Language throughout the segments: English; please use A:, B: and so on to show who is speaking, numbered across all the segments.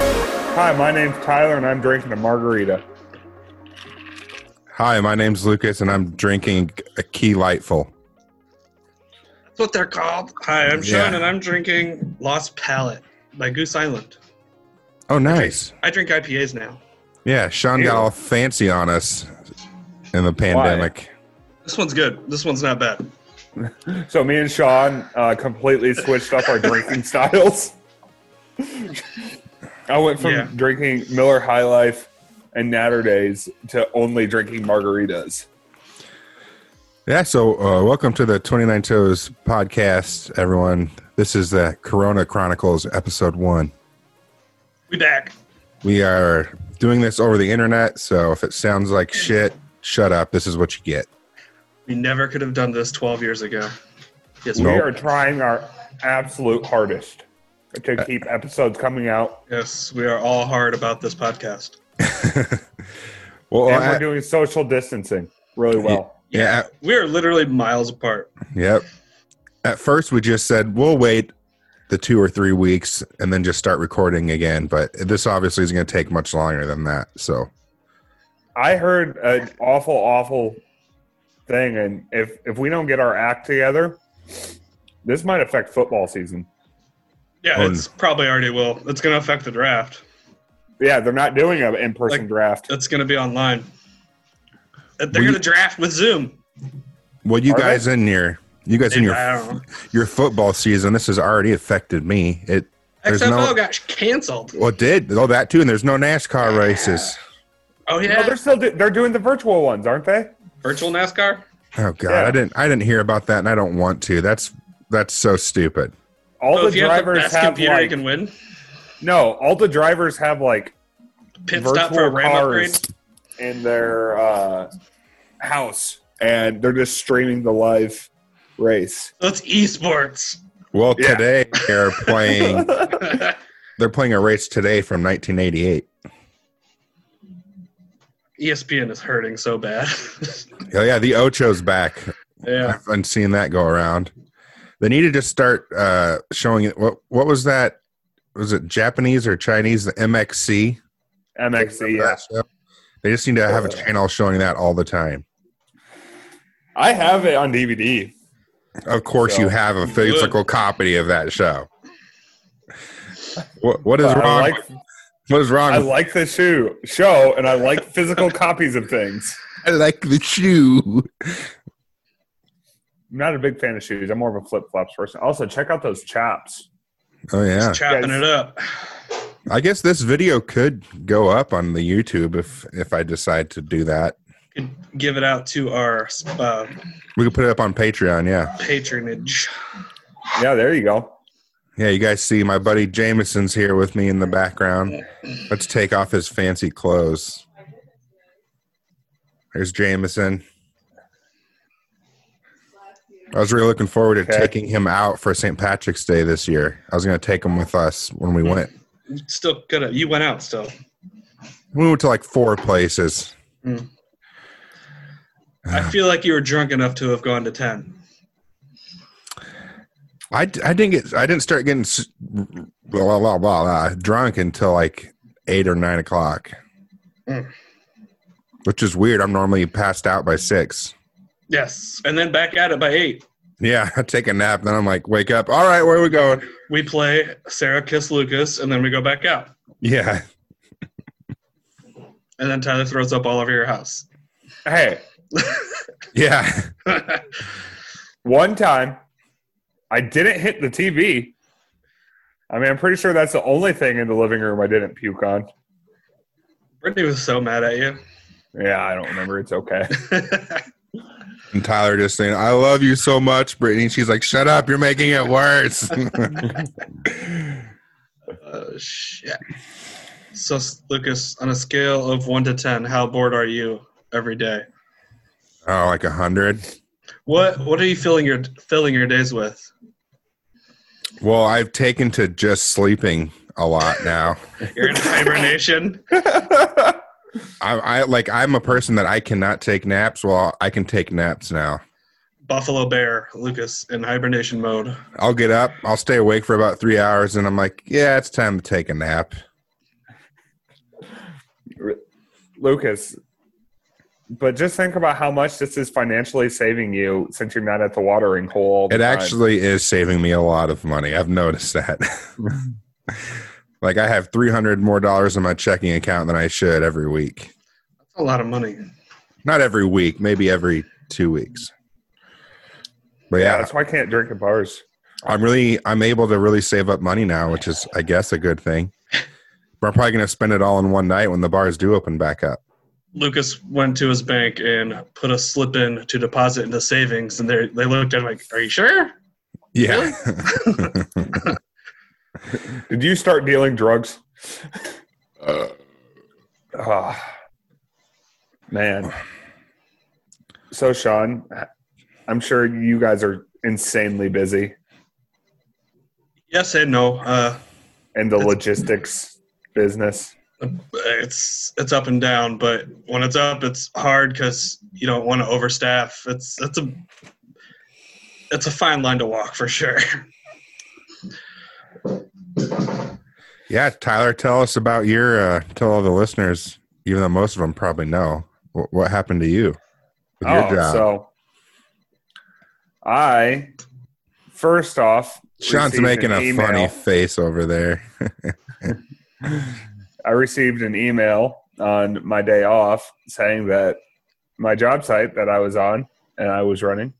A: Hi, my name's Tyler, and I'm drinking a margarita.
B: Hi, my name's Lucas, and I'm drinking a Key Lightful.
C: That's what they're called. Hi, I'm Sean,
B: Yeah.
C: and I'm drinking Lost Palette by Goose Island.
B: Oh, nice.
C: I drink IPAs now.
B: Yeah, Sean
C: Ew.
B: got all fancy on us in the pandemic.
C: This one's good. This one's not bad.
A: So me and Sean uh, completely switched up our drinking styles. I went from
C: Yeah.
A: drinking Miller High Life and Natter Days to only drinking margaritas.
B: Yeah, so uh, welcome to the 29 Toes podcast, everyone. This is the Corona Chronicles episode one.
C: We back.
B: We are doing this over the internet, so if it sounds like shit, shut up. This is what you get.
C: We never could have done this 12 years ago. Yes,
B: Nope.
A: We are trying our absolute hardest
B: Uh,
A: to keep episodes coming out,
C: we, yes, we are all hard about this podcast.
B: Well,
A: and we're
B: I-
A: doing social distencing really well.
B: yeah,
C: we are literally miles apart.
B: Yep. At first, we just said we'll wait the two or three weeks and then just start recording again. But this obviously is going to take much longer than that. So
A: I heard an awful, awful thing, and if if we don't get our act together, this might affect football season.
C: Yeah,
B: Oh,
C: it's probably already will. It's going to affect the draft.
A: Yeah, they're not doing an in person
C: Like- uh,
A: draft.
C: It's going to be online. They're
B: Will you-
C: going to draft with Zoom.
B: what you
A: All
B: guys in your you guys in
C: I don't
B: your
C: know.
B: your football season? This has already affected me. It There's
C: XFL
B: no-
C: got canceled.
B: well it did oh that too, and there's no NASCAR races.
C: Oh,
A: No,
C: yeah.
A: they're still do- they're doing the virtual ones, aren't they?
C: Virtual NASCAR?
B: Oh god,
A: Yeah.
B: I didn't I didn't hear about that, and I don't want to. That's that's so stupid.
A: All
C: Oh,
A: the drivers
C: best
A: have
C: computer,
A: like
C: you can win.
A: no, all the drivers have like
C: Pit stop for
A: virtual
C: a RAM upgrade.
A: cars in their uh, house, and they're just streaming the live race.
C: That's esports.
B: Well,
A: Yeah.
B: today they're playing they're playing a race today from 1988.
C: ESPN is hurting so bad.
B: Oh yeah, the Ocho's back. I
C: yeah.
B: haven't seen that go around. They need to just start uh, showing it. What what was that? Was it Japanese or Chinese? The MXC.
A: MXC. Yeah.
B: That show? They just need to have a channel showing that all the time.
A: I have it on DVD.
B: Of course,
A: So-
B: you have a physical copy of that show. What what is
A: but I
B: wrong?
A: like
B: what is wrong?
A: I
B: with-
A: like the shoe show, and I like physical copies of things.
B: I like the shoe.
A: I'm not a big fan of shoes. I'm more of a flip flops person. Also, check out those chaps.
B: Oh yeah.
C: Just chopping
A: Yes.
C: it up.
B: I guess this video could go up on the YouTube if if I decide to do that.
C: Could give it out to our uh,
B: We could put it up on Patreon. Yeah.
C: patronage.
A: Yeah, there you go.
B: Yeah, you guys see my buddy Jameson's here with me in the background. Let's take off his fancy clothes. There's Jameson. I was really looking forward to
A: Okay.
B: taking him out for St. Patrick's Day this year. I was going to take him with us when we went.
C: Still could have. You went out still.
B: We went to like four places.
C: I feel like you were drunk enough to have gone to 10.
B: I, d- I didn't get I didn't start getting s- blah blah blah, blah, blah drunk until like eight or nine o'clock,
C: Mm.
B: which is weird. I'm normally passed out by six.
C: Yes. And then back at it by 8.
B: Yeah, I take a nap, then I'm like, wake up. All right, where are we going?
C: We play Sarah Kiss Lucas, and then we go back out.
B: Yeah,
C: And then Tyler throws up all over your house.
A: Hey,
B: yeah.
A: one time I didn't hit the TV. I mean, I'm pretty sure that's the only thing in the living room I didn't puke on.
C: Brittany was so mad at you.
A: Yeah, I don't remember. It's okay.
B: And Tyler just saying, "I love you so much, Brittany." She's like, "Shut up, you're making it worse."
C: Oh shit. So, s- Lucas, on a scale of one to ten, how bored are you every day?
B: oh, like a hundred.
C: What What are you filling your filling your days with?
B: Well, I've taken to just sleeping a lot now.
C: You're in hibernation.
B: I, I like I'm a person that I cannot take naps. Well, I can take naps now.
C: Buffalo Bear, Lucas, in hibernation mode.
B: I'll get up, I'll stay awake for about three hours, and I'm like, "Yeah, it's time to take a nap."
A: Lucas, but just think about how much this is financially saving you since you're not at the watering hole. all the
B: It
A: time.
B: actually is saving me a lot of money. I've noticed that. like I have 300 more dollars in my checking account than I should every week.
C: That's a lot of money.
B: Not every week, maybe every 2 weeks. But
A: yeah,
B: yeah,
A: that's why I can't drink at bars.
B: I'm really I'm able to really save up money now, which is I guess a good thing. But I'm probably going to spend it all in one night when the bars do open back up.
C: Lucas went to his bank and put a slip in to deposit into savings, and they they looked at him like, "Are you sure?"
B: Yeah.
A: Did you start dealing drugs?
B: Uh,
A: Ah, man. So, Sean, I'm sure you guys are insanely busy
C: Yes and no. Uh,
A: in the logistics business.
C: it's it's up and down, but when it's up, it's hard because you don't want to overstaff. It's it's a it's a fine line to walk for sure.
B: yeah, Tyler, tell us about your uh tell all the listeners, even though most of them probably know what, what happened to you with
A: Oh,
B: your job.
A: so I first off,
B: Sean's
A: received
B: making
A: an
B: a
A: email.
B: funny face over there.
A: I received an email on my day off saying that my job site that I was on and I was running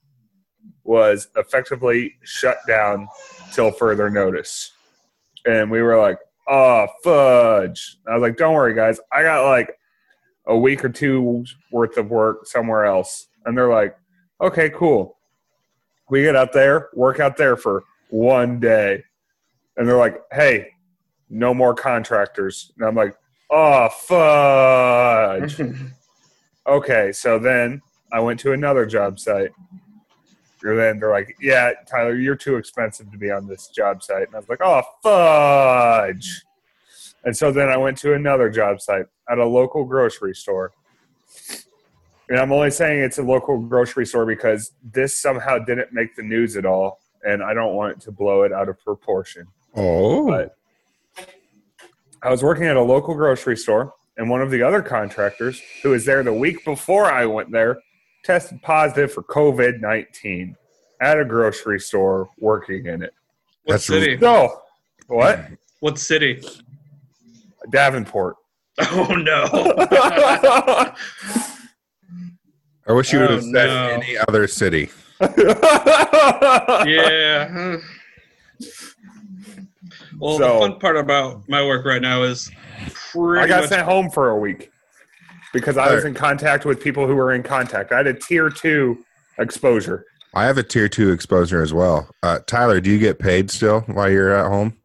A: was effectively shut down till further notice. And we were like, oh, fudge. I was like, don't worry, guys. I got like a week or two worth of work somewhere else. And they're like, okay, cool. We get out there, work out there for one day. And they're like, hey, no more contractors. And I'm like, oh, fudge. Okay, so then I went to another job site. And then they're like, yeah, Tyler, you're too expensive to be on this job site. And I was like, oh, fudge. And so then I went to another job site at a local grocery store. And I'm only saying it's a local grocery store because this somehow didn't make the news at all. And I don't want to blow it out of proportion.
B: Oh,
A: But- I was working at a local grocery store, and one of the other contractors who was there the week before I went there tested positive for COVID 19 at a grocery store working in it.
C: What
B: That's
C: city?
A: So, what?
C: what city?
A: Davenport.
C: Oh no!
A: I
B: I wish you would have
C: Oh,
B: said
C: no.
B: any other city.
C: yeah. huh. Well,
A: So-
C: the fun part about my work right now is pretty
A: got
C: much
A: sent home for a week because I was in contact with people who were in contact. I had a tier two exposure.
B: I have a tier two exposure as well. Uh, Tyler, do you get paid still while you're at home?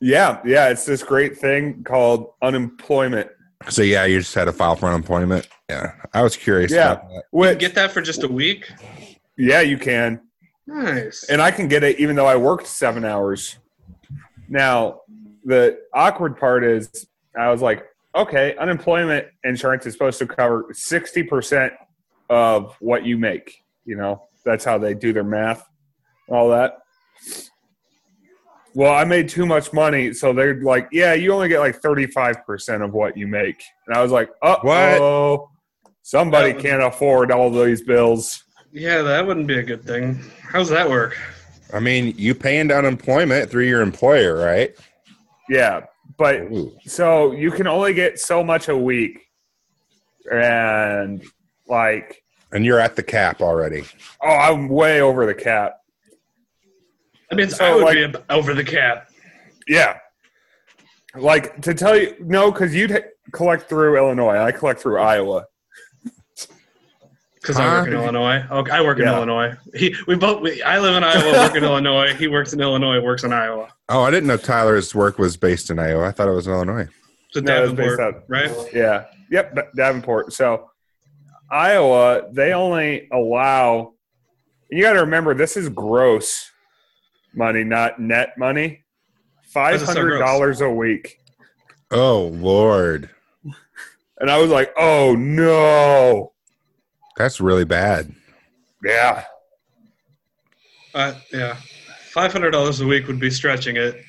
A: Yeah, yeah, it's this great thing called unemployment.
B: So yeah, you just had to file for unemployment. Yeah, I was curious.
A: Yeah.
B: about that.
A: Which,
C: get that for just a week.
A: yeah, you can.
C: Nice.
A: and I can get it even though I worked seven hours. Now, the awkward part is I was like, okay, unemployment insurance is supposed to cover 60% of what you make. You know, that's how they do their math, all that. Well, I made too much money, so they're like, yeah, you only get like 35% of what you make. And I was like, oh, somebody
C: That was-
A: can't afford all these bills.
C: yeah, that wouldn't be a good thing. How's that work?
B: I mean, you pay into unemployment through your employer, right?
A: Yeah, but
B: Ooh.
A: so you can only get so much a week and like
B: And you're at the cap already.
A: oh i'm way over the cap
C: That means
A: So,
C: I would
A: like-
C: be ab- over the cap.
A: yeah like to tell you no because you collect through illinois i collect through iowa
C: Because I work in
B: Huh?
C: Illinois. Okay, I work in
A: Yeah.
C: Illinois. He, we both. We, I live in Iowa. Work in Illinois. He works in Illinois. Works in Iowa.
B: Oh, I didn't know Tyler's work was based in Iowa. I thought it was Illinois.
C: So
A: No, it's based
C: Davenport,
A: out-
C: right?
A: yeah yep Da- davenport so iowa they only allow you got to remember this is gross money not net money
C: is so gross?
A: $500 a week
B: Oh Lord,
A: and i was like oh no
B: that's really bad.
A: yeah
C: Uh, yeah, five hundred dollars a week would be stretching it.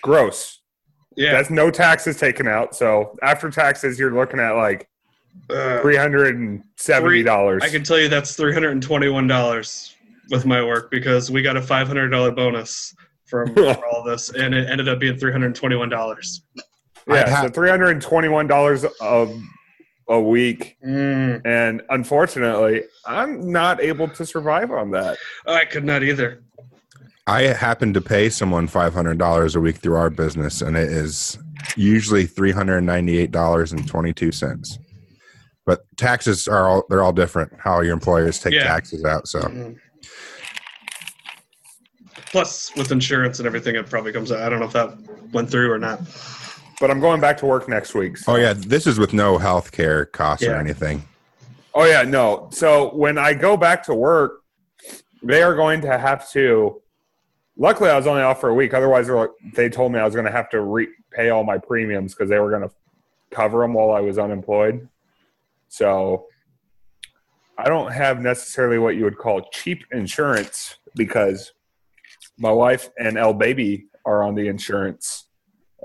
A: gross.
C: Yeah,
A: That's no taxes taken out. So after taxes, you're looking at like
C: Uh,
A: Three hundred and seventy dollars.
C: I can tell you that's three hundred and twenty-one dollars with my work because we got a five hundred dollar bonus from for all this, and it ended up being three hundred twenty-one dollars.
B: I'd
A: Yeah,
B: ha-
A: so three hundred and twenty-one dollars a a week,
C: Mm,
A: and unfortunately, I'm not able to survive on that.
C: I could not either.
B: I happen to pay someone five hundred dollars a week through our business, and it is usually three hundred ninety-eight dollars and twenty-two cents. But taxes are all—they're all different. How your employers take
C: Yeah.
B: taxes out. So
C: Mm. Plus, with insurance and everything, it probably comes out. I don't know if that went through or not.
A: But I'm going back to work next week. so-
B: Oh yeah, this is with no health care costs or
C: Yeah.
B: anything.
A: Oh yeah, no. So when I go back to work, they are going to have to. Luckily, I was only off for a week. Otherwise, they're like, they told me I was going to have to repay all my premiums because they were going to cover them while I was unemployed. So I don't have necessarily what you would call cheap insurance because my wife and L baby are on the insurance.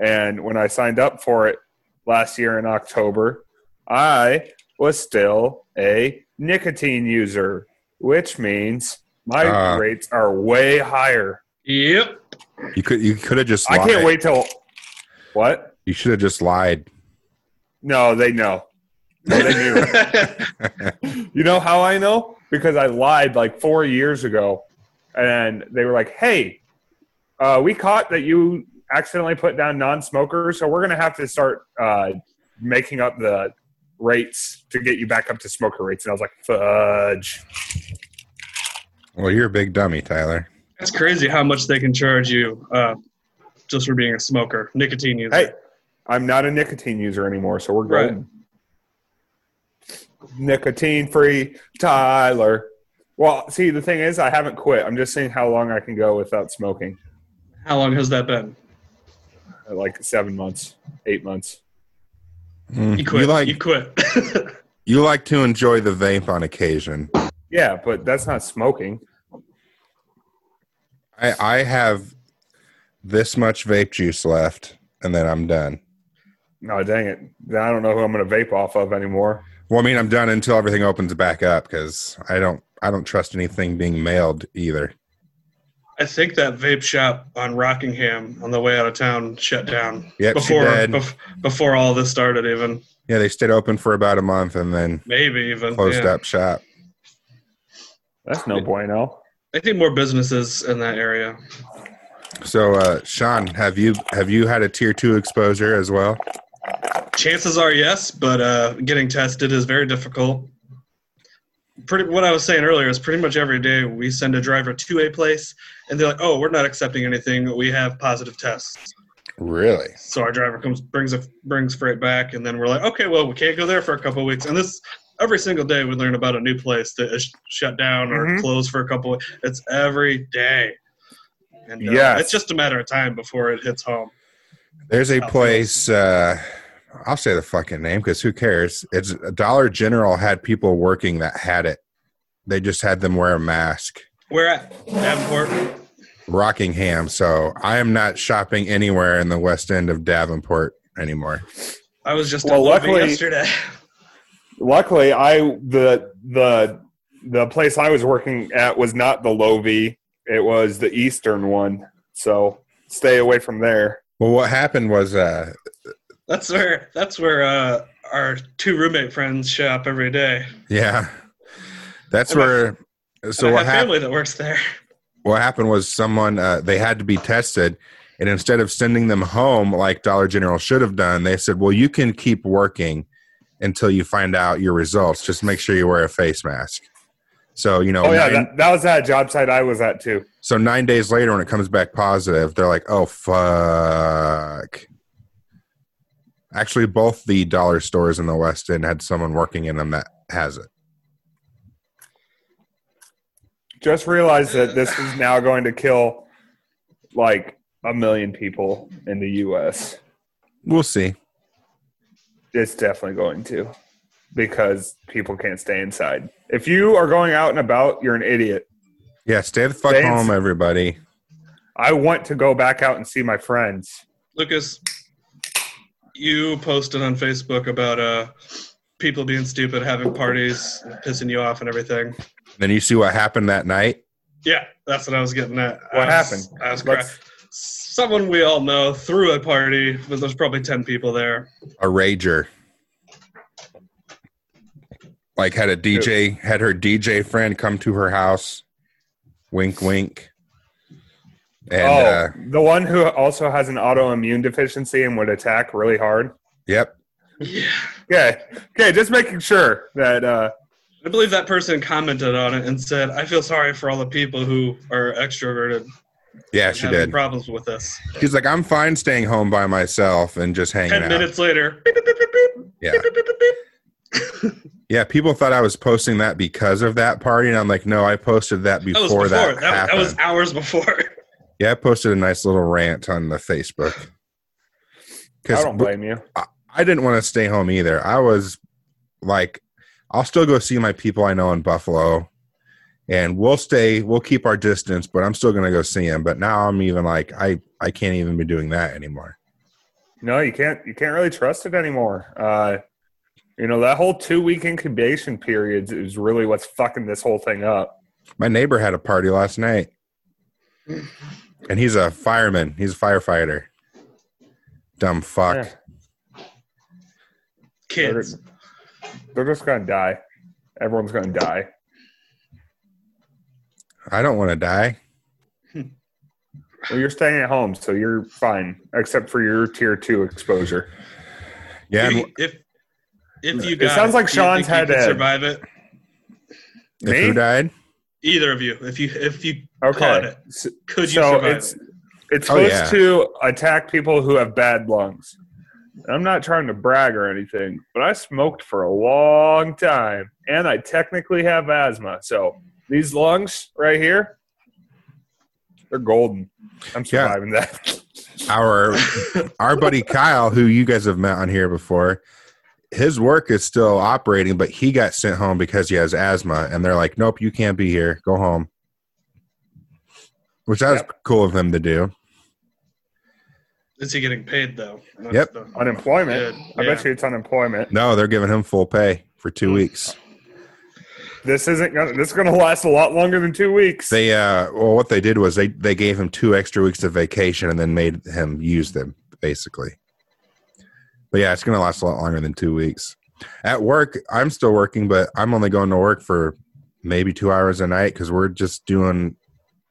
A: And when I signed up for it last year in October, I was still a nicotine user, which means my
B: Ah.
A: rates are way higher.
C: Yep.
B: You could you could have just
A: I
B: lied.
A: can't wait till what?
B: You should have just lied.
A: No, they know. No, they knew. You know how I know? Because I lied like four years ago, and they were like, "Hey, uh, we caught that you accidentally put down non-smokers, so we're gonna have to start uh, making up the rates to get you back up to smoker rates." And I was like, "Fudge!"
B: Well, you're a big dummy, Tyler.
C: That's crazy how much they can charge you uh, just for being a smoker, nicotine user.
A: Hey. I'm not a nicotine user anymore, so we're
C: Right.
A: golden. Nicotine-free, Tyler. Well, see, the thing is, I haven't quit. I'm just seeing how long I can go without smoking.
C: How long has that been?
A: Like seven months, eight months.
B: Mm.
C: You quit. You,
B: like you,
C: quit.
B: like to enjoy the vape on occasion.
A: Yeah, but that's not smoking.
B: I I have this much vape juice left, and then I'm done.
A: No, dang it. Then I don't know who I'm going to vape off of anymore.
B: Well, I mean, I'm done until everything opens back up because I don't I don't trust anything being mailed either.
C: I think that vape shop on Rockingham on the way out of town shut down
B: Yep, she
C: before
B: did.
C: bef- before all this started. Even
B: Yeah, they stayed open for about a month and then
C: maybe even
B: closed
C: yeah.
B: up shop.
A: That's no bueno.
C: I think more businesses in that area.
B: So, uh, Sean, have you have you had a tier two exposure as well?
C: Chances are yes, but uh, getting tested is very difficult. Pretty what I was saying earlier is pretty much every day we send a driver to a place, and they're like, "Oh, we're not accepting anything. We have positive tests."
B: Really?
C: So our driver comes brings a brings freight back, and then we're like, "Okay, well, we can't go there for a couple of weeks." And this every single day we learn about a new place that is shut down or
A: Mhm.
C: closed for a couple. Of, it's every day. And, uh,
A: Yes.
C: it's just a matter of time before it hits home.
B: There's
C: Oh,
B: a place. Uh, I'll say the fucking name because who cares? It's Dollar General had people working that had it. They just had them wear a mask.
C: Where at Davenport?
B: Rockingham. So I am not shopping anywhere in the West End of Davenport anymore.
C: I was just
A: Well,
C: at Lovie
A: luckily-
C: yesterday.
A: Luckily, I the the the place I was working at was not the Lovey. It was the Eastern one. So stay away from there.
B: Well, what happened was uh,
C: That's where that's where uh, our two roommate friends shop every day.
B: Yeah, that's
C: And I-
B: where. So
C: and I
B: what
C: have
B: happened?
C: family that works there.
B: What happened was someone uh, they had to be tested, and instead of sending them home like Dollar General should have done, they said, "Well, you can keep working until you find out your results. Just make sure you wear a face mask." So you know,
A: Oh yeah,
B: nine-
A: that, that was that job site I was at too.
B: so nine days later, when it comes back positive, they're like, "Oh fuck." Actually, both the dollar stores in the West End had someone working in them that has it.
A: Just realized that this is now going to kill like a million people in the US.
B: We'll see.
A: It's definitely going to because people can't stay inside. If you are going out and about, you're an idiot.
B: Yeah, stay the fuck
A: Stay
B: home,
A: inside.
B: everybody.
A: I want to go back out and see my friends.
C: Lucas, you posted on Facebook about uh, people being stupid, having parties, pissing you off, and everything.
B: Then you see what happened that night.
C: Yeah, that's what I was getting at.
A: What
C: I was-
A: happened?
C: I was cra-
A: Let's-
C: Someone we all know threw a party, but there's probably ten people there.
B: A rager. Like had a DJ had her DJ friend come to her house. Wink wink. And
A: oh,
B: uh
A: the one who also has an autoimmune deficiency and would attack really hard.
B: yep.
C: Yeah.
A: Okay, okay, just making sure that uh,
C: I believe that person commented on it and said, "I feel sorry for all the people who are extroverted
B: Yeah,
C: and
B: she
C: having
B: did.
C: problems with this."
B: She's like, I'm fine staying home by myself and just hanging
C: Ten
B: out.
C: minutes later, beep, beep, beep, beep, beep,
B: Yeah.
C: beep, beep, beep, beep, beep.
B: Yeah, people thought I was posting that because of that party, and I'm like, no, I posted that
C: that
B: before
C: was
B: that,
C: before. That, that,
B: happened.
C: was hours before.
B: yeah, I posted a nice little rant on the Facebook
A: I
B: because
A: don't blame you.
B: I didn't want to stay home either. I was like, I'll still go see my people I know in Buffalo, and we'll stay, we'll keep our distance, but I'm still gonna go see them. But now I'm even like, I I can't even be doing that anymore.
A: No, you can't. You can't really trust it anymore. Uh, you know that whole two week incubation period is really what's fucking this whole thing up.
B: My neighbor had a party last night, and he's a fireman. He's a firefighter. Dumb fuck.
A: Yeah.
C: Kids.
A: They're just gonna die. Everyone's gonna die.
B: I don't want to die.
A: Well, you're staying at home, so you're fine, except for your tier two exposure.
B: Yeah,
C: if,
B: and
C: you- if if you
A: It
C: got
A: sounds like
C: do you
A: Sean's
C: think you
A: had
C: could
A: a-
C: survive it.
B: if who
A: me?
B: died?
C: Either of you, if you if you Got
A: Okay.
C: it.
A: So,
C: could you
A: so
C: survive
A: it's
C: it?
A: it's
B: Oh,
A: supposed
B: yeah.
A: to attack people who have bad lungs. I'm not trying to brag or anything, but I smoked for a long time, and I technically have asthma. So these lungs right here, they're golden. I'm
B: Yeah.
A: surviving that.
B: Our our buddy Kyle, who you guys have met on here before, his work is still operating, but he got sent home because he has asthma, and they're like, "Nope, you can't be here. Go home." Which that was cool of them to do.
C: Is he getting paid though? That's
B: Yep.
C: the-
A: unemployment.
C: Good,
A: I
C: yeah.
A: bet you it's unemployment.
B: No, they're giving him full pay for two weeks.
A: This isn't gonna. This is gonna last a lot longer than two weeks.
B: They uh, well, what they did was they they gave him two extra weeks of vacation and then made him use them basically. But yeah, it's gonna last a lot longer than two weeks. At work, I'm still working, but I'm only going to work for maybe two hours a night because we're just doing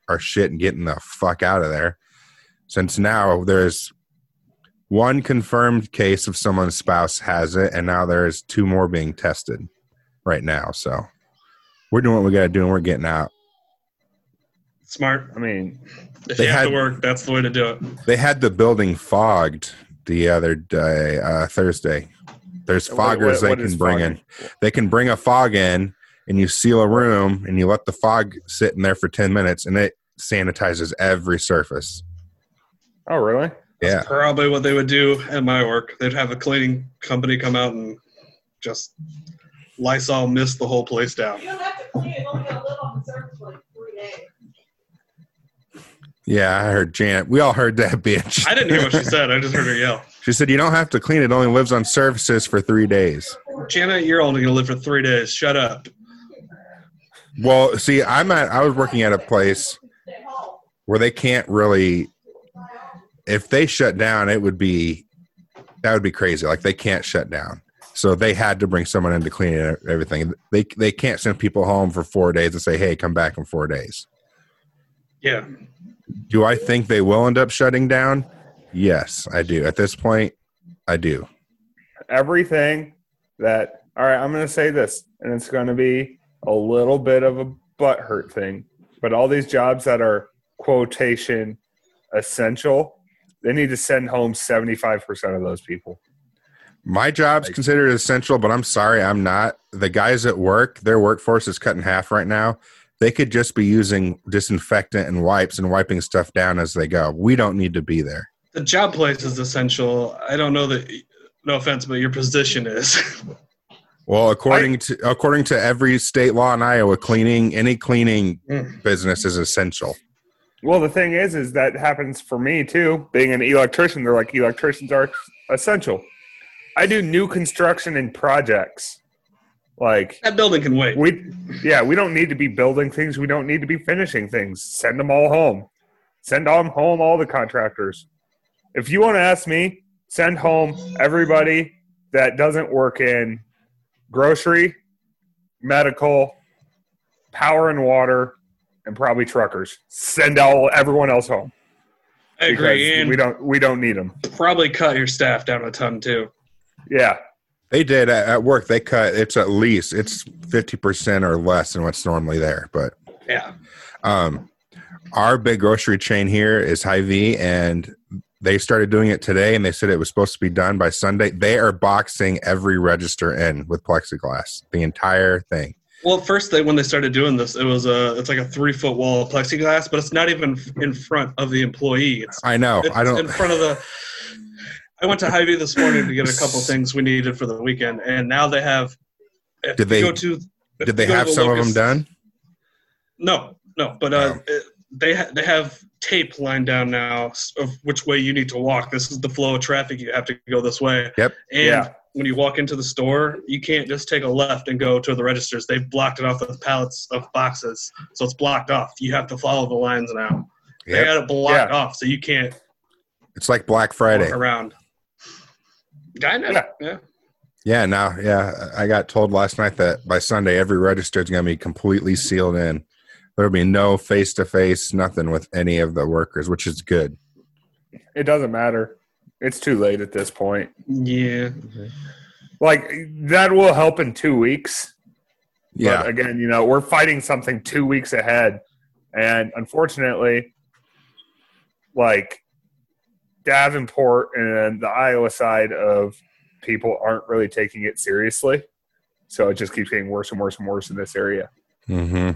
B: our shit and getting the fuck out of there. Since now there's one confirmed case of someone's spouse has it, and now there's two more being tested right now. So we're doing what we got to do, and we're getting out.
C: Smart.
A: I mean,
C: If
B: They
C: you have
B: had-
C: to work, that's the way to do it.
B: They had the building fogged the other day, uh, Thursday. There's foggers
A: what- what
B: they
A: is
B: can bring
A: fogging?
B: in. They can bring a fog in, and you seal a room, and you let the fog sit in there for ten minutes, and it sanitizes every surface.
A: oh really?
B: Yeah,
C: Probably what they would do at my work. They'd have a cleaning company come out and just Lysol mist the whole place down.
D: You don't have to clean it, only gonna live on the surface for like three days.
B: yeah. I heard Janet. We all heard that bitch.
C: I didn't hear what she said. I just heard her yell.
B: She said you don't have to clean it. Only lives on surfaces for three days.
C: Janet, you're only gonna live for three days. Shut up.
B: Well, see, I'm at. I was working at a place
D: Stay home.
B: where they can't really if they shut down it would be that would be crazy like they can't shut down so they had to bring someone in to clean it and everything they they can't send people home for 4 days and say hey come back in 4 days
C: Yeah.
B: do i think they will end up shutting down yes i do at this point i do
A: everything that all right i'm going to say this and it's going to be a little bit of a butt hurt thing but all these jobs that are quotation essential they need to send home 75% of those people
B: my job's
A: Like-
B: considered essential but i'm sorry i'm not the guys at work their workforce is cut in half right now they could just be using disinfectant and wipes and wiping stuff down as they go we don't need to be there
C: The job place is essential. I don't know that no offense, but your position is.
B: Well, according to according to every state law in Iowa, cleaning any cleaning
C: Mm.
B: business is essential.
A: well the thing is is that happens for me too being an electrician they're like electricians are essential i do new construction and projects Like
C: That building can wait.
A: we, yeah, we don't need to be building things. We don't need to be finishing things. Send them all home. Send on home all the contractors. If you want to ask me, send home everybody that doesn't work in grocery, medical, power and water, and probably truckers. Send all everyone else home
C: I agree.
A: because
C: And
A: we don't we don't need them.
C: probably cut your staff down a ton too.
A: Yeah,
B: They did at, at work. They cut. It's at least it's fifty percent or less than what's normally there. But
C: Yeah.
B: um, our big grocery chain here is Hy-Vee, and they started doing it today. And they said it was supposed to be done by Sunday. They are boxing every register in with plexiglass, the entire thing.
C: Well, at first they when they started doing this, it was a it's like a three foot wall of plexiglass, but it's not even f- in front of the employee. It's,
B: I know.
C: it's
B: Oh, I don't.
C: in front of the. I went to Hy-Vee this morning to get a couple things we needed for the weekend, and now they have. if
B: Did
C: you
B: they-
C: go to? if
B: Did they
C: you go to
B: have
C: the
B: some
C: Locust-
B: of them done?
C: No, no, but uh, it- they ha- they have tape lined down now s- of which way you need to walk. This is the flow of traffic. You have to go this way.
B: Yep.
C: And
A: Yeah.
C: when you walk into the store, you can't just take a left and go to the registers. They've blocked it off with pallets of boxes, so it's blocked off. You have to follow the lines now. They
B: Yep.
C: got it blocked off, so you can't
B: It's like Black
C: walk
B: Friday.
C: around. I know.
A: Yeah.
C: yeah.
B: Yeah, no, yeah. I got told last night that by Sunday every register is going to be completely sealed in. There'll be no face to face, nothing with any of the workers, which is good.
A: it doesn't matter. It's too late at this point.
C: Yeah.
A: Like that will help in two weeks.
B: Yeah,
A: But again, you know, we're fighting something two weeks ahead. And unfortunately, like Davenport and the Iowa side of people aren't really taking it seriously. So it just keeps getting worse and worse and worse in this area.
B: hmm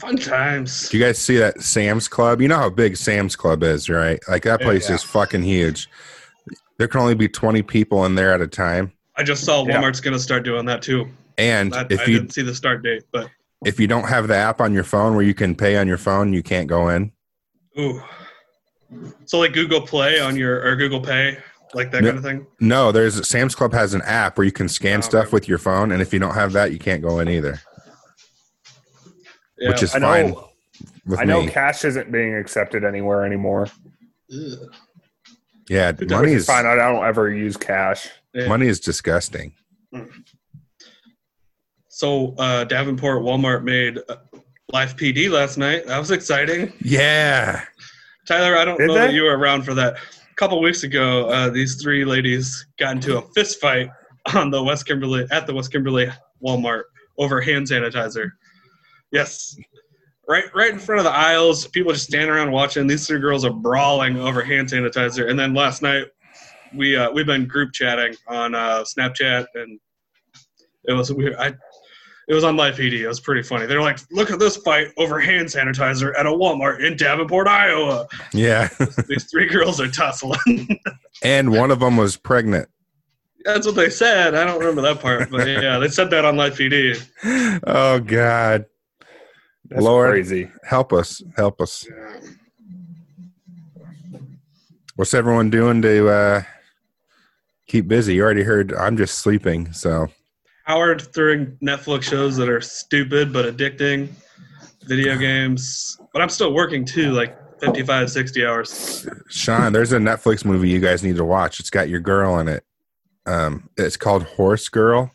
C: Fun times.
B: do you guys see that Sam's Club? You know how big Sam's Club is, right? Like that
A: Yeah.
B: place is fucking huge. There can only be twenty people in there at a time,
C: I just saw
A: Yeah.
C: Walmart's going to start doing that too.
B: and
C: I, I
B: if you
C: didn't see the start date, but
B: if you don't have the app on your phone where you can pay on your phone, you can't go in.
C: Ooh. So like Google Play on your or Google Pay, like that
B: No.
C: kind of thing.
B: No, there's Sam's Club has an app where you can scan
C: Okay.
B: stuff with your phone, and if you don't have that, you can't go in either,
C: Yeah.
B: which is
A: I
B: fine.
A: know
B: with
A: I know
B: me.
A: cash isn't being accepted anywhere anymore.
C: Ugh.
B: Yeah,
C: It
B: money
A: It's
B: is
A: fine. I don't ever use cash.
C: Yeah.
B: money is disgusting.
C: So uh, Davenport Walmart made uh, Life PD last night. That was exciting.
B: Yeah,
C: Tyler, I don't
A: Did
C: know
A: they?
C: that you were around for that. A couple weeks ago, uh, these three ladies got into a fist fight on the West Kimberly at the West Kimberly Walmart over hand sanitizer. Yes. Right right in front of the aisles, people just standing around watching. These three girls are brawling over hand sanitizer. And then last night we uh, we've been group chatting on uh, Snapchat and it was weird. I it was on Live PD. It was pretty funny. They're like, look at this fight over hand sanitizer at a Walmart in Davenport, Iowa
B: yeah.
C: these three girls are tussling.
B: and one of them was pregnant.
C: That's what they said. I don't remember that part, but yeah, they said that on live PD.
B: Oh God,
A: That's
B: Lord.
A: crazy.
B: help us, help us. What's everyone doing to uh, keep busy? You already heard. I'm just sleeping, so
C: Howard throwing Netflix shows that are stupid but addicting, video games. But I'm still working too, like 55, 60 hours.
B: Sean, there's a Netflix movie you guys need to watch. It's got your girl in it. Um, it's called Horse Girl.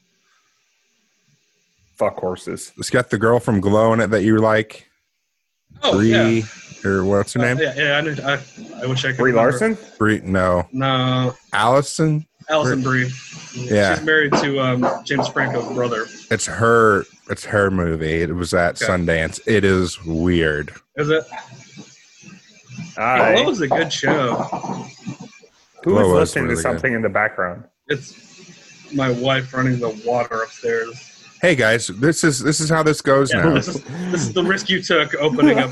A: Fuck horses.
B: It's got the girl from Glow in it that you like.
C: Oh,
B: Bree,
C: yeah.
B: or what's her
C: Uh,
B: name?
C: yeah, yeah, I, knew, I, I wish I could.
A: Brie
C: remember.
A: Larson?
B: Bree, no,
C: No,
B: Allison.
C: Allison Brie.
B: Yeah.
C: She's married to um, James Franco's brother.
B: It's her. It's her movie. It was at
C: Okay.
B: Sundance. It is weird.
C: Is it?
A: I,
C: Glow is a good show.
A: who is
B: Glow is
A: listening
B: really
A: to
B: good.
A: something in the background?
C: It's my wife running the water upstairs.
B: Hey guys, this is this is how this goes
C: Yeah,
B: now.
C: this, is, this is the risk you took opening up.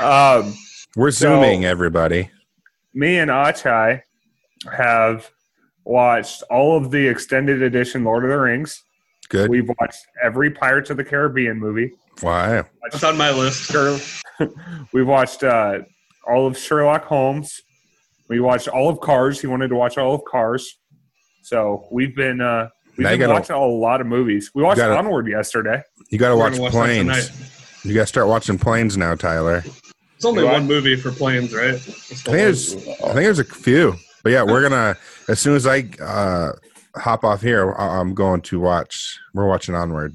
A: um,
B: We're
A: So-
B: zooming, everybody.
A: me and Achai have watched all of the extended edition Lord of the Rings.
B: Good.
A: We've watched every Pirates of the Caribbean movie.
B: wow.
C: That's on my list.
A: Sure. We've watched uh, all of Sherlock Holmes. We watched all of Cars. He wanted to watch all of Cars. So we've been uh, We've
B: Now you
A: been
B: gotta-
A: watching a lot of movies. We watched
B: gotta-
A: Onward yesterday.
B: You got to
C: We're
B: watch
C: gonna watch that
B: planes.
C: tonight.
B: You got to start watching planes now, Tyler.
C: It's only
A: Do I?
C: one movie for planes, right? It's the
B: I think
C: one-
B: there's, I think there's a few, but yeah, we're gonna as soon as I uh, hop off here, I- I'm going to watch. We're watching onward.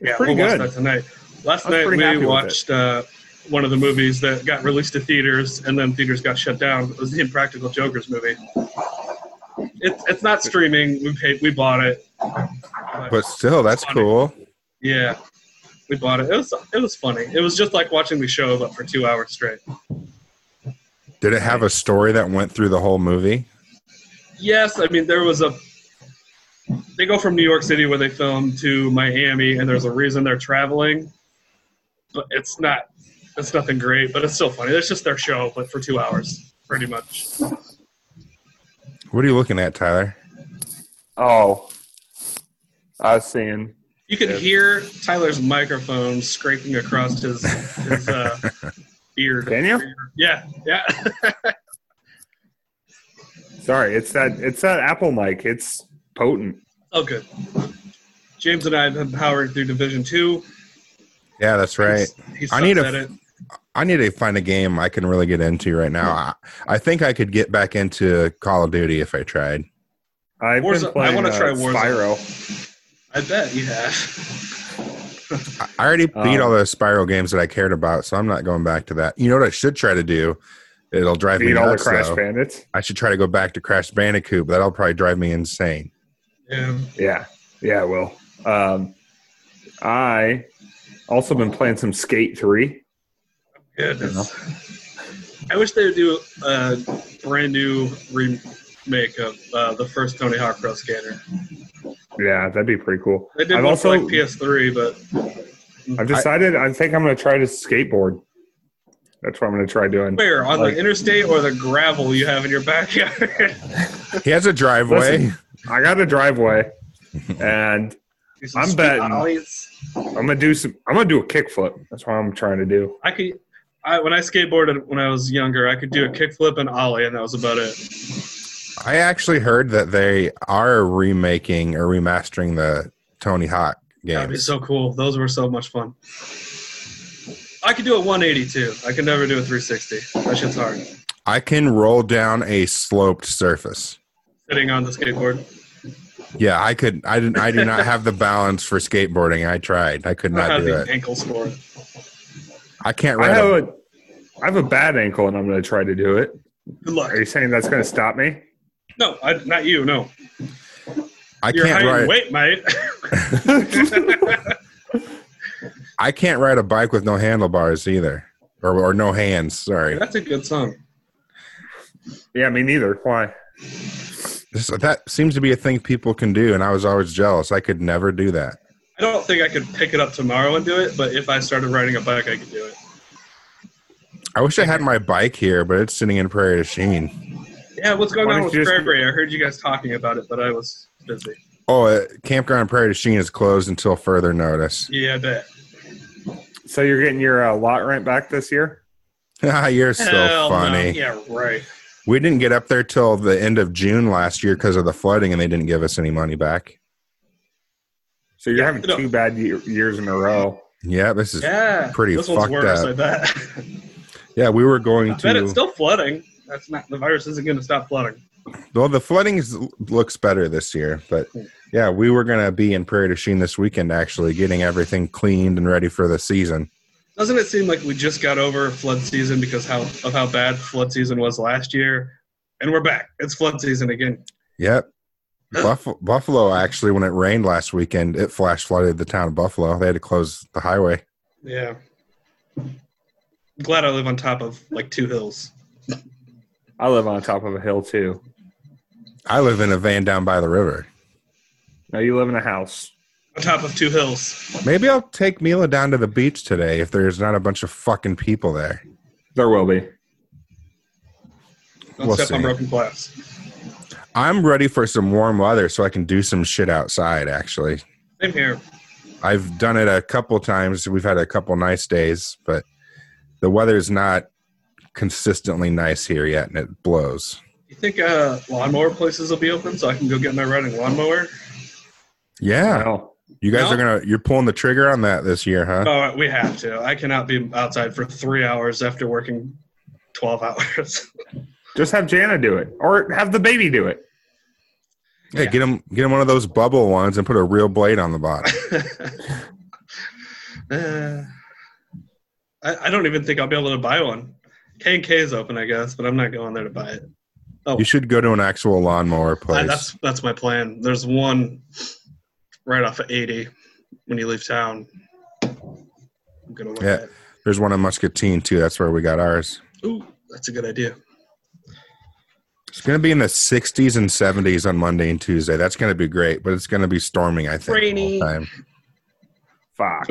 C: yeah,
A: pretty
C: we'll
A: good.
C: Watch that tonight. Last
A: I was
C: night
A: pretty happy
C: we
A: with it.
C: watched uh, one of the movies that got released to theaters and then theaters got shut down. It was the Impractical Jokers movie. It's it's not streaming. We paid. We bought it.
B: But still, that's
C: Funny.
B: cool.
C: Yeah, we bought it. It was it was funny. It was just like watching the show, but for two hours straight.
B: Did it have a story that went through the whole movie?
C: Yes, I mean there was a. They go from New York City where they film to Miami, and there's a reason they're traveling. But it's not. It's nothing great, but it's still funny. It's just their show, but for two hours, pretty much.
B: What are you looking at, Tyler?
A: Oh, I was seeing.
C: You can
A: Yeah.
C: hear Tyler's microphone scraping across his his uh, beard.
A: Can you?
C: Yeah, yeah.
A: Sorry, it's that it's that Apple mic. It's potent.
C: oh, good. James and I have been powering through Division Two.
B: Yeah, that's right.
C: He's, he's
B: I need
C: sucked
B: a-
C: at it.
B: I need to find a game I can really get into right now. I, I think I could get back into Call of Duty if I tried.
A: I've
C: Warzone- I
A: been playing.
C: wanna
A: uh,
C: try Warzone.
A: Spyro.
C: I bet you have.
B: I I already beat
A: Um,
B: all the Spiral games that I cared about, so I'm not going back to that. You know what I should try to do? It'll drive me
A: Beat all the
B: nuts.
A: Crash
B: though.
A: Bandits.
B: I should try to go back to Crash Bandicoot, but that'll probably drive me insane.
C: Yeah.
A: Yeah, yeah, I will. Um, I also been playing some Skate Three.
C: Goodness. I wish they would do a brand new remake of uh, the first Tony Hawk Pro Skater.
A: Yeah, that'd be pretty cool.
C: They did
A: I've
C: one
A: also
C: for like PS3, but
A: I've decided I, think I'm going to try to skateboard. That's what I'm going to try doing.
C: where on
A: Like-
C: the interstate or the gravel you have in your backyard?
B: He has a driveway.
A: Listen. I got a driveway, and
C: Do some
A: I'm
C: speed
A: betting.
C: ollies.
A: I'm gonna do some. I'm gonna do a kickflip. That's what I'm trying to do.
C: I could. I, when I skateboarded when I was younger, I could do a kickflip and ollie, and that was about it.
B: I actually heard that they are remaking or remastering the Tony Hawk
C: That'd be
B: games.
C: so cool. Those were so much fun. I could do a 180 too. I could never do a 360. That shit's hard.
B: I can roll down a sloped surface.
C: Sitting on the skateboard.
B: Yeah, I could. I didn't. I do not have the balance for skateboarding. I tried. I could
C: I
B: not
C: have
B: do
C: the
B: it.
C: ankles for it.
B: I can't
A: I
B: ride.
A: have
B: a-
A: a, I have a bad ankle, and I'm going to try to do it.
C: Good luck.
A: Are you saying that's going to stop me?
C: No, I, not you. No,
B: I
C: your
B: can't
C: height and
B: ride.
C: weight, mate.
B: I can't ride a bike with no handlebars either, or or no hands. Sorry.
C: That's a good song.
A: Yeah, me neither. Why?
B: This, that seems to be a thing people can do, and I was always jealous. I could never do that.
C: I don't think I could pick it up tomorrow and do it, but if I started riding a bike, I could do it.
B: I wish I had my bike here, but it's sitting in Prairie du Chien.
C: Yeah, what's going
A: Why
C: on
A: don't
C: with
A: you just-
C: Prairie? I heard you guys talking about it, but I was busy.
B: Oh, uh, campground Prairie du Chien is closed until further notice.
C: Yeah, I bet.
A: So you're getting your uh, lot rent back this year?
B: You're so
C: Hell no.
B: funny.
C: Yeah, right.
B: We didn't get up there till the end of June last year because of the flooding, and they didn't give us any money back.
A: So you're
C: Yeah,
A: having
C: no.
A: two bad ye- years in a row.
B: Yeah, this is. Yeah,
C: Yeah,
B: pretty
C: This one's
B: fucked
C: worse.
B: up.
C: I bet.
B: we were going
C: I bet it's
B: to.
C: still flooding. That's not the virus isn't going to stop flooding.
B: Well, the flooding is, looks better this year, but yeah, we were going to be in Prairie du Chien this weekend, actually, getting everything cleaned and ready for the season.
C: Doesn't it seem like we just got over flood season because how of how bad flood season was last year, and we're back. It's flood season again.
B: Yep. Buff- Buffalo, actually, when it rained last weekend, it flash flooded the town of Buffalo. They had to close the highway.
C: Yeah. I'm glad I live on top of like two hills.
A: I live on top of a hill too.
B: I live in a van down by the river.
A: Now you live in a house.
C: On top of two hills.
B: Maybe I'll take Mila down to the beach today if there's not a bunch of fucking people there.
A: There will be.
C: Don't
B: We'll
C: step on
B: see.
C: broken glass.
B: I'm ready for some warm weather so I can do some shit outside, actually.
C: Same here.
B: I've done it a couple times. We've had a couple nice days, but the weather's not consistently nice here yet and it blows.
C: You think uh, lawnmower places will be open so I can go get my riding lawnmower?
B: Yeah,
A: No.
B: you guys
C: No.
B: are gonna you're pulling the trigger on that this year, huh?
C: Oh, we have to. I cannot be outside for three hours after working twelve hours.
A: Just have Jana do it, or have the baby do it.
B: Yeah, get him get him one of those bubble ones and put a real blade on the bottom.
C: Uh, I, I don't even think I'll be able to buy one. K and K is open, I guess, but I'm not going there to buy it.
B: You should go to an actual lawnmower
C: Oh. I-
B: place.
C: that's that's my plan. There's one right off of 80 when you leave town. I'm gonna look
B: Yeah.
C: at it.
B: There's one in Muscatine too. That's where we got ours.
C: Ooh, that's a good idea.
B: It's gonna be in the 60s and 70s on Monday and Tuesday. That's gonna be great, but it's gonna be storming. I think. the whole
C: Rainy.
B: time.
A: Fuck.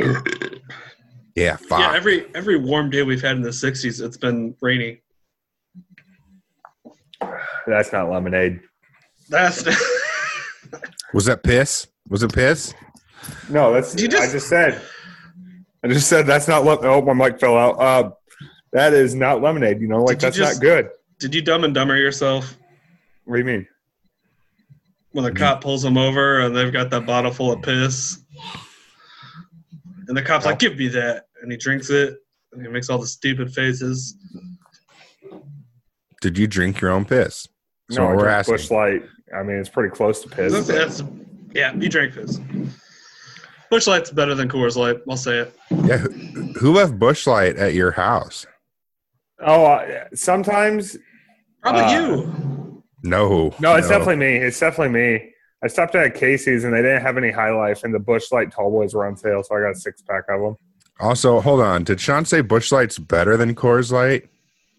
B: Yeah. Fuck.
C: Yeah, every every warm day we've had in the 60s, it's been rainy.
A: That's not lemonade.
C: That's
B: Was that piss? Was it piss?
A: No, that's
C: You just-
A: I just said. I just said that's not. Le- oh, my mic fell out. Uh, that is not lemonade. You know, like
C: Did you
A: that's not
C: just-
A: good.
C: did you dumb and dumber yourself
A: What do you mean?
C: when
B: Mm-hmm.
C: the cop pulls them over and they've got that bottle full of piss? And the cop's like, "Give me that," and he drinks it and he makes all the stupid faces.
B: Did you drink your own piss? That's
A: no,
B: what we're
A: we're
B: asking.
A: Bush Light. I mean, it's pretty close to
C: That's,
A: piss.
C: that's- yeah, you drank piss. Bush Light's better than Coors Light. I'll say it.
B: Yeah. Who, who left Bushlight at your house?
A: Oh, uh, sometimes
C: Probably
A: Uh,
C: you.
B: No.
A: no, it's definitely me. It's definitely me. I stopped at Casey's and they didn't have any High Life, and the Bush Light Tall Boys were on sale, so I got a six pack of them.
B: Also, hold on. Did Sean say Bushlight's better than Coors Light?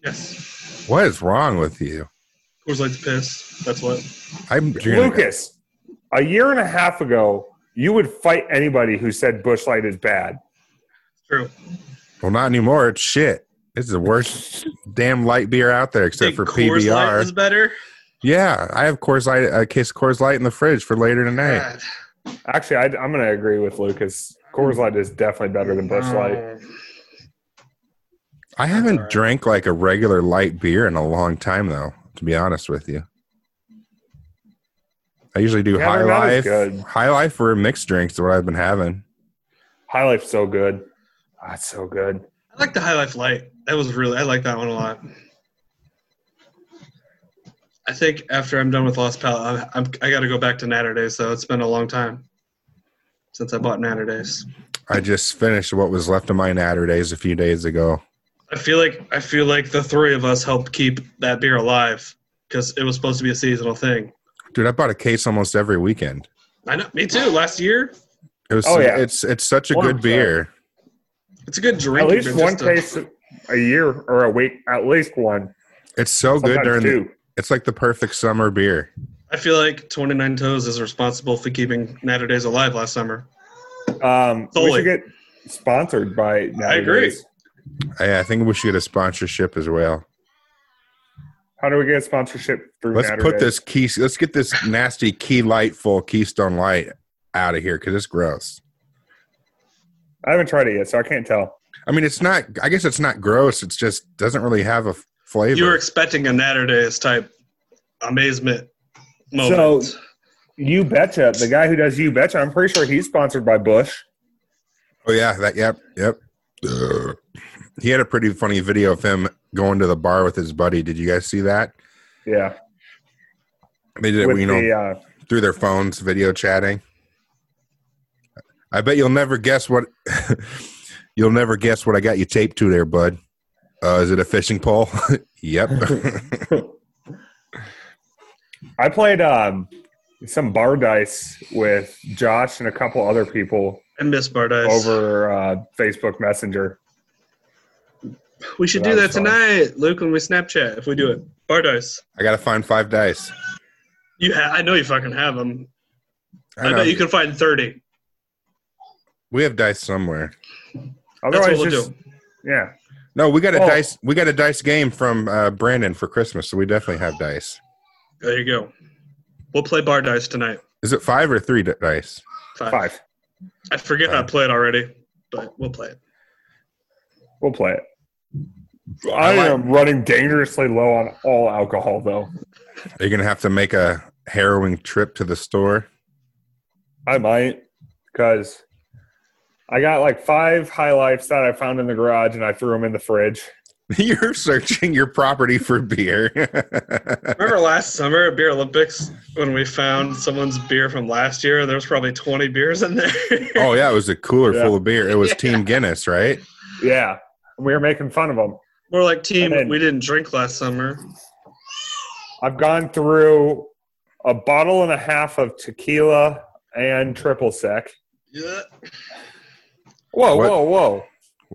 C: Yes,
B: What is wrong with you?
C: Coors Light's piss. That's what.
B: I'm
A: Lucas, a year and a half ago, you would fight anybody who said Bush Light is bad.
C: True.
B: Well, not anymore. It's shit. It's the worst damn light beer out there, except
C: Think
B: for
C: Coors Light
B: PBR.
C: is better.
B: yeah, I have Coors Light, a case of Coors Light in the fridge for later tonight.
C: God.
A: Actually, I, I'm going to agree with Lucas. Coors Light is definitely better than Bush Light.
C: Mm. Uh,
B: I haven't
C: alright.
B: drank like a regular light beer in a long time, though. To be honest with you, I usually do
A: Yeah,
B: High
A: they're not as
B: Life.
A: good.
B: High Life or mixed drinks is what I've been having.
A: High Life's so good. Ah, it's so good.
C: I like the High Life Light. That was really I like that one a lot. I think after I'm done with Lost Palette, I'm, I'm I got to go back to Natter Days. So it's been a long time since I bought Natter Days.
B: I just finished what was left of my Natter days a few days ago.
C: I feel like I feel like the three of us helped keep that beer alive because it was supposed to be a seasonal thing.
B: Dude, I bought a case almost every weekend.
C: I know, me too. Last year,
B: It was
A: Oh, yeah.
B: it's it's such a
A: One
B: good
A: percent.
B: beer.
C: it's a good drink.
A: At
C: if
A: least
C: you're
A: one
C: just a-
A: case a year or a week, at least one.
B: It's so good
A: Sometimes
B: during the,
A: two.
B: it's like the perfect summer beer.
C: I feel like Twenty Nine Toes is responsible for keeping Natter Days alive last summer.
A: Um, we
C: Solely.
A: should get sponsored by. Nowadays.
C: agree.
B: I, I think we should get a sponsorship as well.
A: How do we get a sponsorship through?
B: Let's put
A: Natterdays?
B: this key let's get this nasty key light full keystone light out of here because it's gross.
A: I haven't tried it yet, so I can't tell.
B: I mean it's not I guess it's not gross, it's just doesn't really have a f- flavor.
C: You were expecting a Natter Days type amazement moment.
A: So- You betcha. The guy who does you betcha. I'm pretty sure he's sponsored by Bush.
B: Oh yeah, that yep, yep. Ugh. He had a pretty funny video of him going to the bar with his buddy. Did you guys see that?
A: Yeah,
B: They did it,
A: with
B: you know,
A: the uh,
B: through their phones, video chatting. I bet you'll never guess what you'll never guess what I got you taped to there, bud. Uh, is it a fishing pole? yep.
A: I played um, some bar dice with Josh and a couple other people
C: I miss Bardice.
A: over uh, Facebook Messenger.
C: We should
A: That
C: do that
A: was fun.
C: tonight, Luke, when we Snapchat. If we do it, Bardice.
B: I gotta find five dice.
C: You, ha- I know you fucking have them. I,
B: I know.
C: bet you can find thirty.
B: we have dice somewhere.
C: That's
A: Otherwise,
C: what we'll
A: just
C: do.
A: yeah.
B: No, we got a
A: Oh.
B: dice. We got a dice game from uh, Brandon for Christmas, so we definitely have dice.
C: There you go. We'll play Bardice tonight.
B: Is it five or three di- dice?
C: Five.
A: Five.
C: I forget I
B: Five.
C: played already, but we'll play it.
A: We'll play it. I,
B: like-
A: am running dangerously low on all alcohol, though.
B: Are you gonna have to make a harrowing trip to the store?
A: I might, because I got like five highlights that I found in the garage and I threw them in the fridge.
B: You're searching your property for beer.
C: Remember last summer at Beer Olympics when we found someone's beer from last year? There was probably 20 beers in there.
B: oh yeah, it was a cooler
A: Yeah.
B: full of beer. It was Team Guinness, right?
A: Yeah, we were making fun of them.
C: More like team,
A: And then-
C: we didn't drink last summer.
A: I've gone through a bottle and a half of tequila and triple sec.
C: Yeah.
A: Whoa,
B: What?
A: whoa, whoa!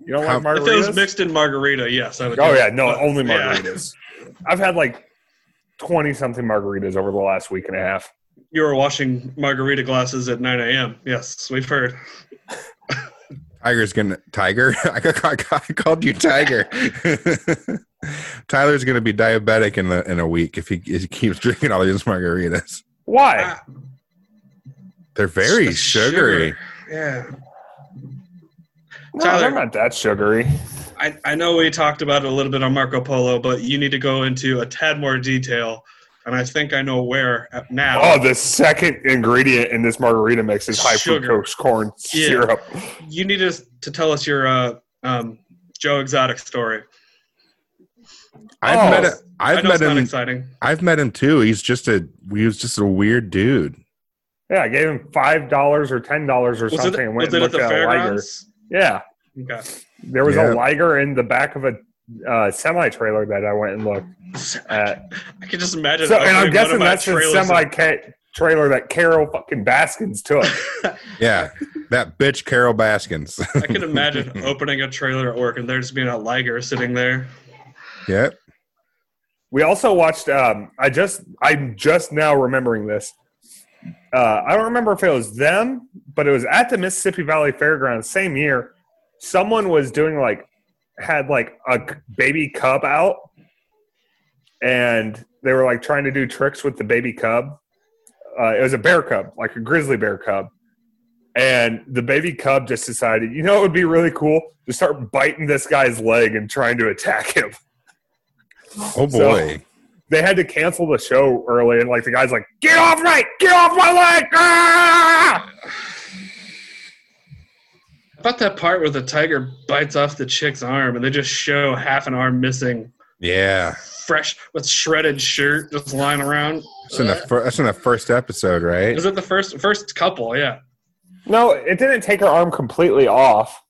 A: You don't
B: How-
A: like
C: If it
A: margaritas?
C: was mixed in margarita, yes, I would.
A: oh
C: do
A: yeah,
C: it.
A: no,
C: But,
A: only
C: yeah.
A: margaritas. I've had like twenty something margaritas over the last week and a half.
C: You were washing margarita glasses at 9 a.m. Yes, we've heard.
B: Tiger's gonna Tiger. I, got, I called you Tiger. Tyler's gonna be diabetic in the in a week if he, if he keeps drinking all these margaritas.
A: Why?
C: Ah,
B: They're very
C: it's
B: sugary.
C: sugar. Yeah.
A: No,
C: Tyler.
A: they're not that sugary.
C: I, I know we talked about it a little bit on Marco Polo, but you need to go into a tad more detail. And I think I know where at- now.
A: Oh, the second ingredient in this margarita mix is high
C: Sugar.
A: fructose corn
C: Yeah.
A: syrup.
C: you need us to tell us your uh, um, Joe Exotic story.
B: I've
A: Oh.
B: met a, I've
C: know
B: met
C: it's not
B: him.
C: exciting.
B: I've met him too. He's just a he was just a weird dude.
A: Yeah, I gave him five dollars or ten dollars or
C: Was it,
A: something and went and
C: was it at
A: looked at
C: the
A: a liger.
C: fairgrounds?
A: Yeah,
C: Okay.
A: there was
B: Yeah.
A: a liger in the back of a uh, semi trailer that I went and looked. Uh,
C: I can just imagine.
A: So,
C: opening
A: and
C: one
A: I'm
C: of
A: guessing
C: my
A: that's the
C: trailers
A: semi ca- trailer that Carol fucking Baskins took.
B: Yeah, that bitch Carol Baskins.
C: I can imagine opening a trailer at work and there just being a liger sitting there.
B: yep.
A: we also watched. Um, I just, I'm just now remembering this. Uh, I don't remember if it was them, but it was at the Mississippi Valley Fairgrounds same year. Someone was doing like had like a c- baby cub out, and they were like trying to do tricks with the baby cub. Uh, it was a bear cub, like a grizzly bear cub. And the baby cub just decided, you know, it would be really cool to start biting this guy's leg and trying to attack him So-
B: Oh boy.
A: they had to cancel the show early, and like the guy's like, "Get off right, get off my leg!" Ah!
C: How About that part where the tiger bites off the chick's arm and they just show half an arm missing,
B: yeah.
C: fresh with shredded shirt just lying around.
B: That's in the fir- that's in the first episode, right?
C: Is it the first first couple? Yeah.
A: No, it didn't take her arm completely off.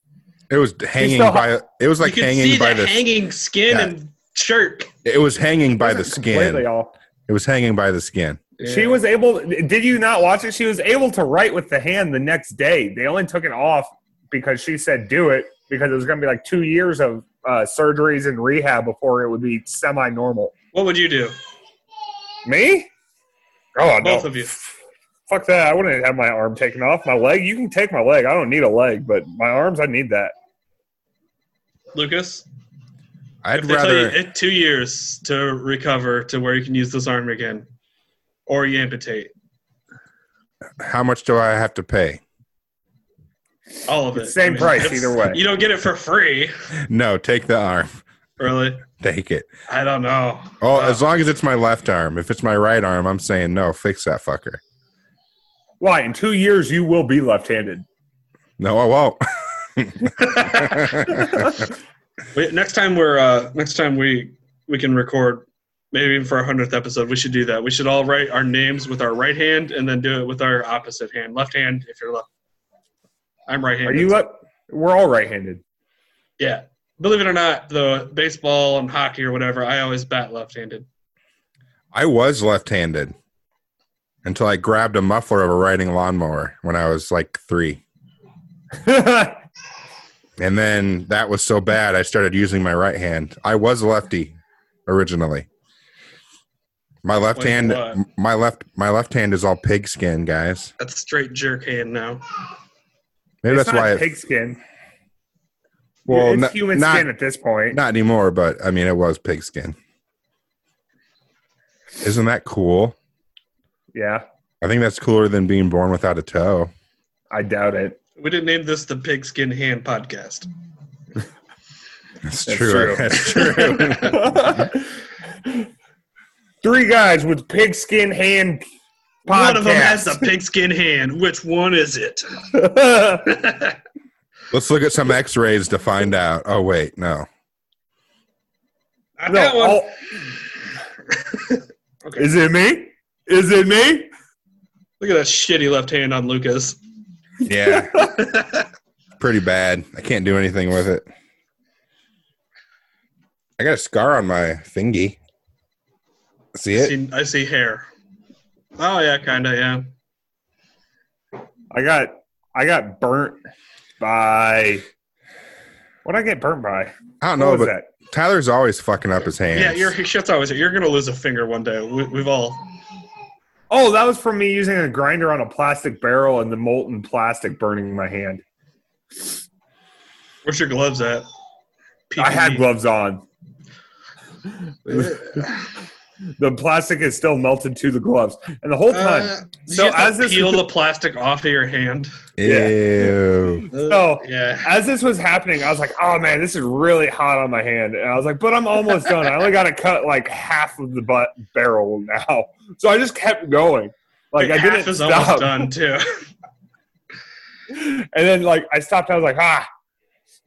B: It was hanging
A: still-
B: by. It was like
C: you can
B: hanging
C: see
B: by
C: the
B: the.
C: hanging skin
B: Yeah.
C: and shirt.
B: It was hanging by
A: It
B: the
A: wasn't Completely
B: skin.
A: off.
B: It was hanging by the skin.
A: She was able. Did you not watch it? She was able to write with the hand the next day. They only took it off because she said do it because it was going to be like two years of uh, surgeries and rehab before it would be semi-normal.
C: What would you do?
A: Me? Oh no!
C: Both of you.
A: Fuck that! I wouldn't have my arm taken off. My leg? You can take my leg. I don't need a leg, but my arms, I need that.
C: Lucas?
B: I'd
C: If they tell you
B: rather.
C: it two years to recover to where you can use this arm again. Or you amputate.
B: How much do I have to pay?
C: All of it.
A: Same price
C: it's-
A: either way.
C: You don't get it for free,
B: No, take the arm.
C: really.
B: Take it.
C: I don't know.
B: Oh,
C: Uh,
B: as long as it's my left arm. If it's my right arm, I'm saying no. Fix that fucker.
A: Why? In two years, you will be left-handed.
B: No, I won't.
C: We, next time we're uh, next time we we can record maybe even for our hundredth episode. We should do that. We should all write our names with our right hand and then do it with our opposite hand, left hand if you're left. I'm right
A: Are
C: handed.
A: you left? We're all right-handed.
C: Yeah. Believe it or not, though, baseball and hockey or whatever, I always bat left handed.
B: I was left-handed until I grabbed a muffler of a riding lawnmower when I was like three,
A: That's
B: and then that was so bad I started using my right hand. I was a lefty originally. My left
C: Like
B: hand,
C: what?
B: my left, my left hand is all pigskin, guys.
C: That's straight jerk hand now.
B: Maybe that's why. It,
A: pig skin.
B: well,
A: it's
B: not,
A: human
B: not,
A: skin at this point.
B: not anymore, but I mean, it was pigskin. Isn't that cool?
A: yeah,
B: I think that's cooler than being born without a toe.
A: I doubt it.
C: We didn't name this the Pigskin Hand Podcast.
B: That's,
A: That's true.
B: true. That's true.
A: Three guys with pigskin hand
C: One of them has the pigskin hand. Which one is it?
B: Let's look at some x rays to find out. Oh, wait, no.
C: I
A: no,
C: got one.
A: all-
C: Okay.
A: is it me? Is it me?
C: Look at that shitty left hand on Lucas.
B: Yeah, pretty bad. I can't do anything with it. I got a scar on my thingy. See it?
C: See- I see hair. Oh yeah, kinda yeah.
A: I got I got burnt by what I get burnt by?
B: I don't know,
A: What was
B: but
A: that?
B: Tyler's always fucking up his hands.
C: Yeah, your shit's always You're gonna lose a finger one day. We, we've all.
A: Oh, that was from me using a grinder on a plastic barrel and the molten plastic burning my hand.
C: Where's your gloves at? E.
A: I had
C: PPE.
A: gloves on. the plastic is still melted to the gloves, and the whole time.
C: Uh,
A: So
C: so you
A: as
C: as
A: this-
C: peel the plastic off of your hand. Uh,
A: yeah.
B: Ew.
A: So-
C: yeah,
A: as this was happening, I was like, "Oh man, this is really hot on my hand," and I was like, "But I'm almost done. I only got to cut like half of the butt barrel now." So I just kept going, like I
C: half
A: didn't
C: is
A: stop.
C: almost done too.
A: And then like I stopped. I was like, "Ah,"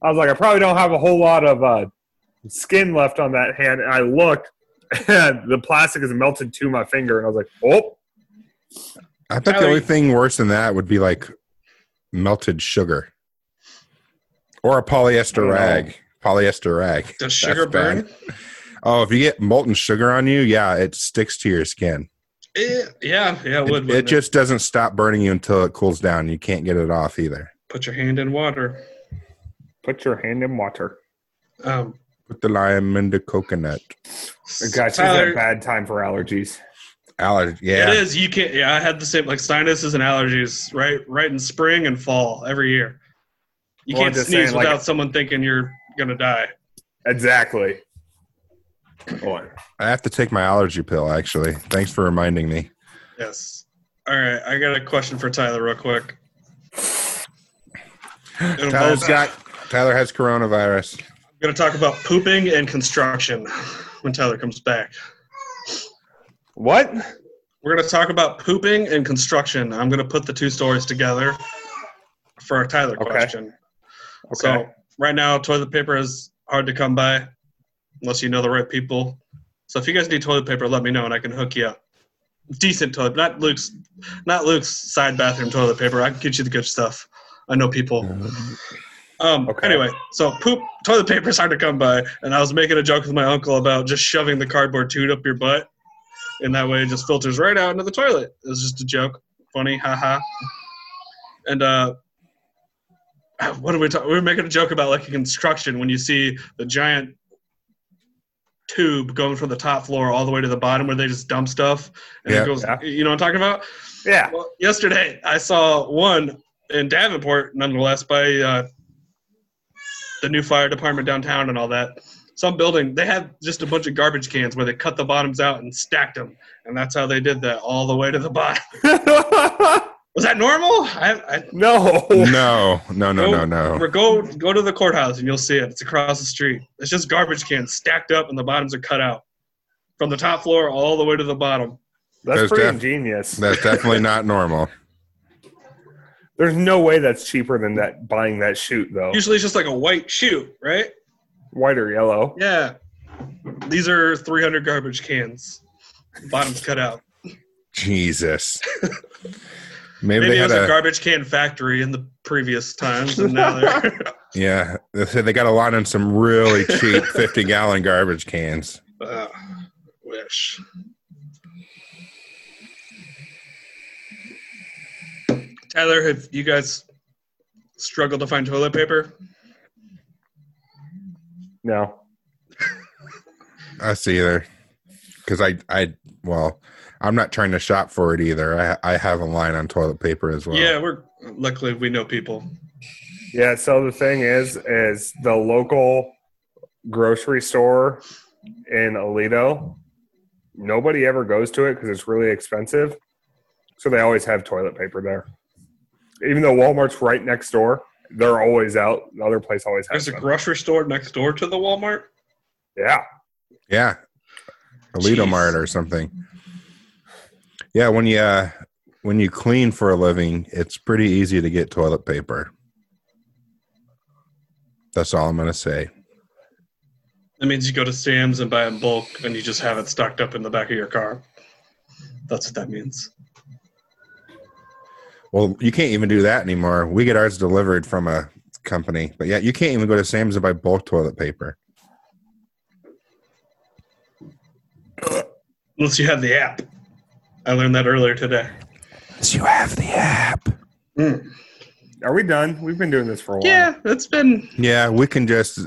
A: I was like, "I probably don't have a whole lot of uh, skin left on that hand." And I looked, and the plastic is melted to my finger, and I was like, "Oh."
B: I bet the
C: Tyler,
B: only
C: you-
B: thing worse than that would be like melted sugar or a polyester
A: Oh.
B: rag. Polyester rag.
C: Does sugar
B: bad.
C: burn?
B: Oh, if you get molten sugar on you, yeah, it sticks to your skin.
C: Eh, yeah, yeah,
B: It,
C: it would.
B: it
C: wouldn't it?
B: just doesn't stop burning you until it cools down. You can't get it off either.
C: put your hand in water.
A: Put your hand in water.
C: Um,
B: Put the lime in the coconut.
A: Gosh, it's
C: Tyler,
A: a bad time for allergies.
B: Allergy. Yeah.
C: It is. You can't. Yeah, I had the same like sinuses and allergies right right in spring and fall every year. You
A: Well, I'm
C: can't
A: just
C: sneeze
A: saying, like-
C: without someone thinking you're gonna die.
A: Exactly. Boy.
B: I have to take my allergy pill, actually. Thanks for reminding me.
C: Yes. All right. I got a question for Tyler real quick. It
B: Tyler's
C: involves-
B: got Tyler has coronavirus.
C: I'm gonna talk about pooping and construction when Tyler comes back.
A: What?
C: We're gonna talk about pooping and construction. I'm gonna put the two stories together for our Tyler
A: Okay.
C: question.
A: Okay.
C: So right now, toilet paper is hard to come by unless you know the right people. So if you guys need toilet paper, let me know and I can hook you up. Decent toilet, not Luke's, not Luke's side bathroom toilet paper. I can get you the good stuff. I know people. Um,
A: Okay.
C: Anyway, so poop toilet paper is hard to come by, and I was making a joke with my uncle about just shoving the cardboard tube up your butt, and that way it just filters right out into the toilet. It was just a joke, funny, haha. And uh, what are we talking? We were making a joke about like construction when you see the giant tube going from the top floor all the way to the bottom where they just dump stuff and
B: Yeah.
C: it goes.
A: Yeah.
C: You know what I'm talking about?
A: yeah.
C: Well, yesterday I saw one in Davenport, nonetheless, by uh, the new fire department downtown and all that. Some building they had just a bunch of garbage cans where they cut the bottoms out and stacked them, and that's how they did that all the way to the bottom. Was that normal? I, I,
A: no.
B: No, no, no, no, no.
C: Or go go to the courthouse and you'll see it. It's across the street. It's just garbage cans stacked up and the bottoms are cut out from the top floor all the way to the bottom.
A: That's
B: There's
A: pretty
B: def-
A: ingenious.
B: That's definitely not normal.
A: There's no way that's cheaper than that buying that shoot though.
C: Usually it's just like a white shoe, right?
A: White or yellow.
C: Yeah. These are 300 garbage cans. The bottoms cut out.
B: Jesus. Maybe,
C: Maybe
B: they
C: it was
B: had
C: a,
B: a,
C: garbage can factory in the previous times, and now they're.
B: yeah. They said they got a lot in some really cheap fifty gallon garbage cans.
C: uh, wish. Tyler, have you guys struggled to find toilet paper?
A: No.
B: Us either, because I, I, well, I'm not trying to shop for it either. I, I have a line on toilet paper as well.
C: Yeah, we're luckily we know people.
A: Yeah, so the thing is is the local grocery store in Alito, nobody ever goes to it cuz it's really expensive. So they always have toilet paper there. Even though Walmart's right next door, they're always out. The other place always has
C: There's a
A: some.
C: grocery store next door to the Walmart.
A: Yeah.
B: Yeah. Alito
C: Jeez.
B: Mart or something. Yeah, when you uh, when you clean for a living, it's pretty easy to get toilet paper. That's all I'm going to say.
C: That means you go to Sam's and buy in bulk, and you just have it stocked up in the back of your car. That's what that means.
B: Well, you can't even do that anymore. We get ours delivered from a company, but yeah, you can't even go to Sam's and buy bulk toilet paper.
C: Unless you have the app. I learned that earlier today.
B: So you have the app.
A: Hmm. Are we done? We've been doing this for a while.
C: Yeah, it's been
B: Yeah, we can just,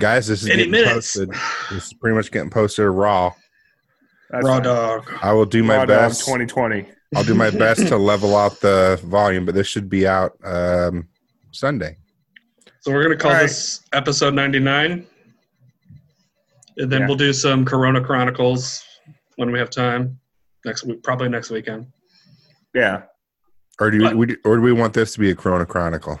B: guys. This is
C: Any
B: getting
C: minutes.
B: posted. This is pretty much getting posted raw.
A: That's
C: raw
A: fine.
C: dog.
B: I will do my
A: Raw Dog
B: best.
A: 2020.
B: I'll do my best to level out the volume, but this should be out um, Sunday.
C: So we're gonna call
A: All right.
C: this episode ninety nine, and then
A: Yeah.
C: we'll do some Corona Chronicles when we have time next week, probably next weekend.
A: Yeah.
B: Or do
C: But-
B: we, we or do we want this to be a Corona Chronicle?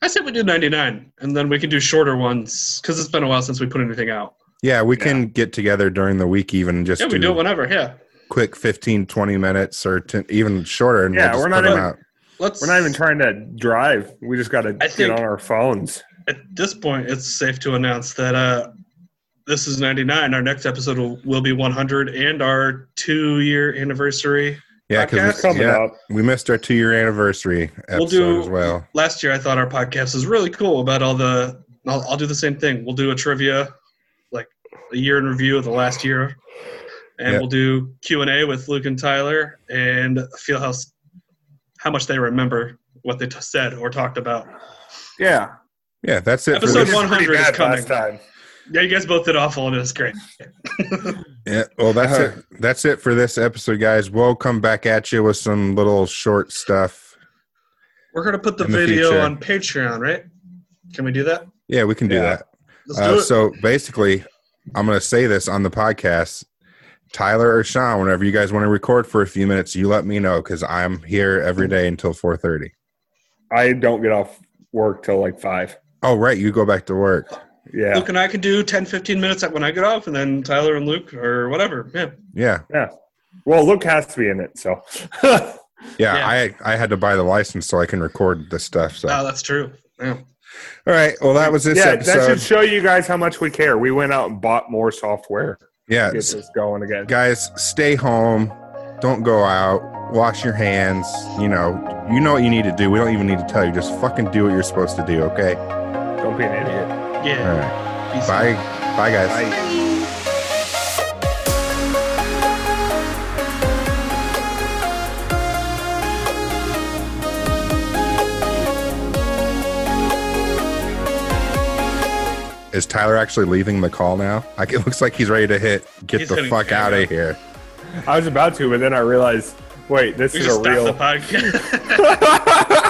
C: I said we do ninety nine, and then we can do shorter ones because it's been a while since we put anything out.
B: Yeah, we can get together during the week, even and just
C: yeah, we do it
B: do
C: whenever. Yeah,
B: quick 15, 20 minutes or 10, even shorter. And
A: Yeah,
B: we'll just
A: we're not
B: put 'em
A: even-
B: out.
C: let's.
A: We're not even trying to drive. We just got to
C: I
A: get
C: think-
A: on our phones.
C: At this point, it's safe to announce that uh, this is ninety nine. Our next episode will, will be one hundred, and our two year anniversary.
B: Yeah, because
C: Podcast
A: Coming
B: yeah,
A: up.
B: we missed our two year anniversary episode
C: We'll do-
B: as well.
C: last year I thought our podcast was really cool about all the. I'll, I'll do the same thing. We'll do a trivia, like a year in review of the last year, and
B: Yeah.
C: we'll do Q and A with Luke and Tyler and feel how s- how much they remember what they t- said or talked about.
A: Yeah.
B: Yeah, that's it. For
C: Episode
B: this.
A: Pretty
C: 100 is
A: bad
C: coming.
A: Last time.
C: Yeah, you guys both did awful, and it was great.
B: Yeah, well, that's
A: That's
B: it. That's it for this episode, guys. We'll come back at you with some little short stuff.
C: We're gonna put the
B: In the
C: video
B: future.
C: on Patreon, right? Can we do that?
B: Yeah, we can do
A: Yeah.
B: that.
C: Let's do
B: Uh,
C: it.
B: so basically, I'm going to say this on the podcast. Tyler or Sean, whenever you guys want to record for a few minutes, you let me know because I'm here every day until 4:30.
A: I don't get off work till like five.
B: Oh, right, you go back to work.
A: Yeah.
C: Luke and I can do 10, 15 minutes when I get off, and then Tyler and Luke or whatever. Yeah,
B: Yeah,
A: Well, Luke has to be in it. So,
B: yeah.
C: Yeah.
B: I I had to buy the license so I can record this stuff. So,
C: Ah, that's true. Yeah.
B: all right. Well, that was this
A: yeah, that
B: episode.
A: should show you guys how much we care. We went out and bought more software.
B: yeah,
A: Get this going again.
B: guys, stay home. Don't go out. Wash your hands. You know, you know what you need to do. We don't even need to tell you. Just fucking do what you're supposed to do. Okay.
A: Don't be an idiot.
B: All
C: Yeah.
B: right.
C: Peace.
B: Bye. Bye, guys.
A: Bye.
B: Is Tyler actually leaving the call now? Like it looks like he's ready to hit. Get
C: He's
B: the
C: hitting
B: fuck out
C: camera.
B: of here.
A: I was about to, but then I realized, wait, this
C: We
A: is
C: just
A: a
C: stop the
A: real.
C: podcast.